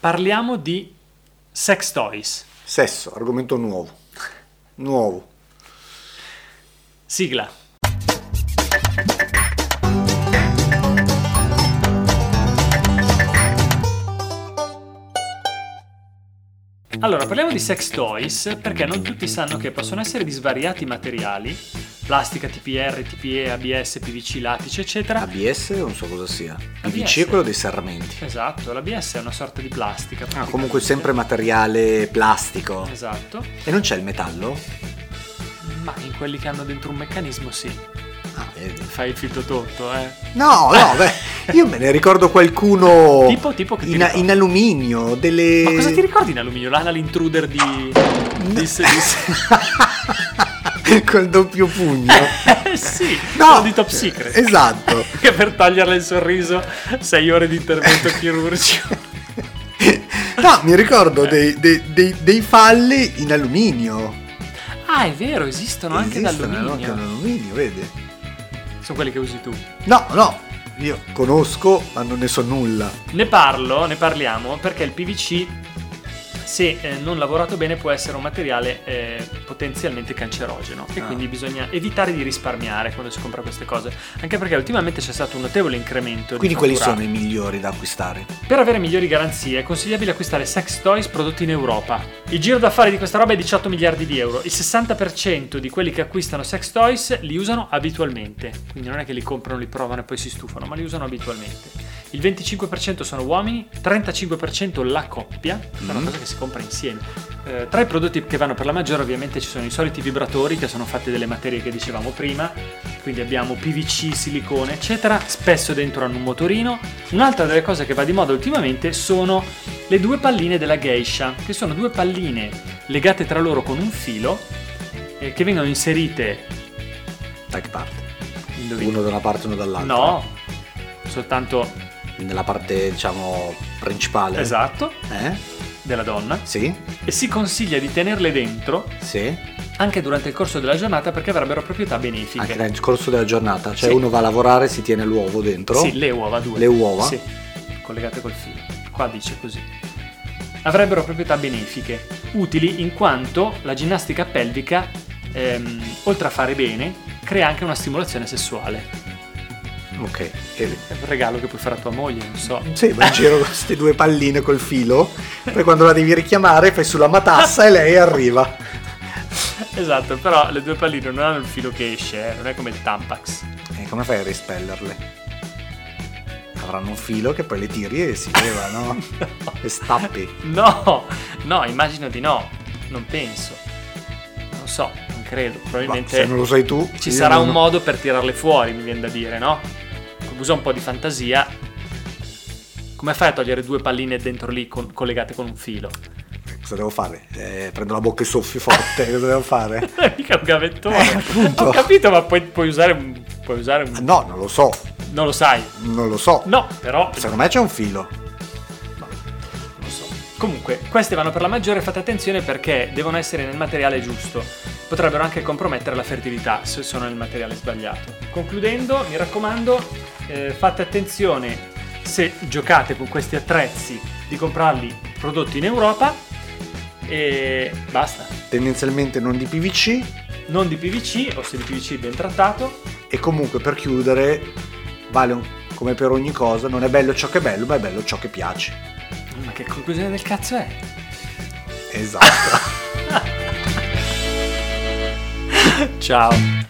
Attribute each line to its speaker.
Speaker 1: Parliamo di sex toys.
Speaker 2: Sesso, argomento nuovo. Nuovo.
Speaker 1: Sigla. Allora, parliamo di sex toys perché non tutti sanno che possono essere di svariati materiali, plastica, TPR, TPE, ABS, PVC, latice, eccetera.
Speaker 2: ABS non so cosa sia.
Speaker 1: ABS.
Speaker 2: PVC è quello dei serramenti.
Speaker 1: Esatto, l'ABS è una sorta di plastica.
Speaker 2: Ah,
Speaker 1: praticamente.
Speaker 2: comunque sempre materiale plastico.
Speaker 1: Esatto,
Speaker 2: E non c'è il metallo?
Speaker 1: ma in quelli che hanno dentro un meccanismo sì,
Speaker 2: Ah, vedi.
Speaker 1: fai il filo tonto, eh.
Speaker 2: No, no, beh, io me ne ricordo qualcuno
Speaker 1: Tipo, tipo che ti
Speaker 2: in,
Speaker 1: ricordi?
Speaker 2: in alluminio, delle...
Speaker 1: Ma cosa ti ricordi in alluminio? L'Ana l'intruder di... di,
Speaker 2: Col doppio pugno.
Speaker 1: di- sì, quello di Top Secret.
Speaker 2: Esatto.
Speaker 1: Che per tagliarle il sorriso, sei ore di intervento chirurgico.
Speaker 2: No, mi ricordo dei, dei- dei- dei falli in alluminio.
Speaker 1: Ah, è vero, esistono anche
Speaker 2: Esistono
Speaker 1: d'alluminio.
Speaker 2: anche in alluminio, vedi?
Speaker 1: Sono quelli che usi tu.
Speaker 2: No, no, io conosco, ma non ne so nulla.
Speaker 1: Ne parlo, ne parliamo, perché il PVC, se eh, non lavorato bene, può essere un materiale eh, potenzialmente cancerogeno e
Speaker 2: Ah.
Speaker 1: quindi bisogna evitare di risparmiare quando si compra queste cose, anche perché ultimamente c'è stato un notevole incremento.
Speaker 2: Quindi
Speaker 1: di
Speaker 2: quelli
Speaker 1: fatturato.
Speaker 2: sono i migliori da acquistare.
Speaker 1: Per avere migliori garanzie è consigliabile acquistare sex toys prodotti in Europa. Il giro d'affari di questa roba è 18 miliardi di euro. Il 60% di quelli che acquistano sex toys li usano abitualmente. Quindi non è che li comprano, li provano e poi si stufano, ma li usano abitualmente. Il 25% sono uomini, 35% la coppia, che è una
Speaker 2: Mm.
Speaker 1: cosa che si compra insieme. Eh, tra i prodotti che vanno per la maggiore ovviamente ci sono i soliti vibratori che sono fatti delle materie che dicevamo prima, quindi abbiamo PVC, silicone, eccetera, spesso dentro hanno un motorino. Un'altra delle cose che va di moda ultimamente sono le due palline della geisha, che sono due palline legate tra loro con un filo eh, che vengono inserite
Speaker 2: Da che parte?
Speaker 1: indovina.
Speaker 2: Uno da una parte e uno dall'altra.
Speaker 1: No, soltanto
Speaker 2: Nella parte, diciamo, principale.
Speaker 1: esatto
Speaker 2: Eh?
Speaker 1: della donna
Speaker 2: Sì?
Speaker 1: e si consiglia di tenerle dentro
Speaker 2: Sì?
Speaker 1: anche durante il corso della giornata perché avrebbero proprietà benefiche.
Speaker 2: Anche nel corso della giornata. Cioè
Speaker 1: Sì.
Speaker 2: uno va a lavorare, si tiene l'uovo dentro.
Speaker 1: Sì, le uova due.
Speaker 2: Le uova?
Speaker 1: Sì, collegate col filo. Qua dice così. Avrebbero proprietà benefiche, utili in quanto la ginnastica pelvica, ehm, oltre a fare bene, crea anche una stimolazione sessuale.
Speaker 2: Ok. E-
Speaker 1: È un regalo che puoi fare a tua moglie, non so.
Speaker 2: Sì, ma in giro con queste due palline col filo. Poi quando la devi richiamare fai sulla matassa e lei arriva.
Speaker 1: Esatto, però le due palline non hanno il filo che esce, eh, non è come il Tampax.
Speaker 2: E come fai a rispellerle? Avranno un filo che poi le tiri e si levano. e stappi.
Speaker 1: No, no, immagino di no, non penso. Non so, non credo,
Speaker 2: Ma
Speaker 1: probabilmente...
Speaker 2: se non lo sai tu,
Speaker 1: Ci
Speaker 2: io
Speaker 1: sarà
Speaker 2: non-
Speaker 1: un modo per tirarle fuori, mi viene da dire, no? Usa un po' di fantasia. Come fai a togliere due palline dentro lì con- collegate con un filo?
Speaker 2: Cosa devo fare? Eh, prendo la bocca e soffio forte. Cosa devo fare?
Speaker 1: Non è mica un gavettone.
Speaker 2: Eh, appunto.
Speaker 1: Ho capito, ma puoi, puoi usare un. Puoi usare un.
Speaker 2: Ah, No, non lo so.
Speaker 1: Non lo sai.
Speaker 2: Non lo so.
Speaker 1: No, però.
Speaker 2: Secondo me c'è un filo.
Speaker 1: no, non lo so. Comunque, queste vanno per la maggiore, fate attenzione perché devono essere nel materiale giusto. Potrebbero anche compromettere la fertilità se sono nel materiale sbagliato. Concludendo, mi raccomando, eh, fate attenzione se giocate con questi attrezzi di comprarli prodotti in Europa e basta.
Speaker 2: Tendenzialmente non di PVC.
Speaker 1: Non di PVC o se di PVC ben trattato.
Speaker 2: E comunque per chiudere, vale un- come per ogni cosa, non è bello ciò che è bello, ma è bello ciò che piace.
Speaker 1: Ma che conclusione del cazzo è?
Speaker 2: Esatto.
Speaker 1: Ciao.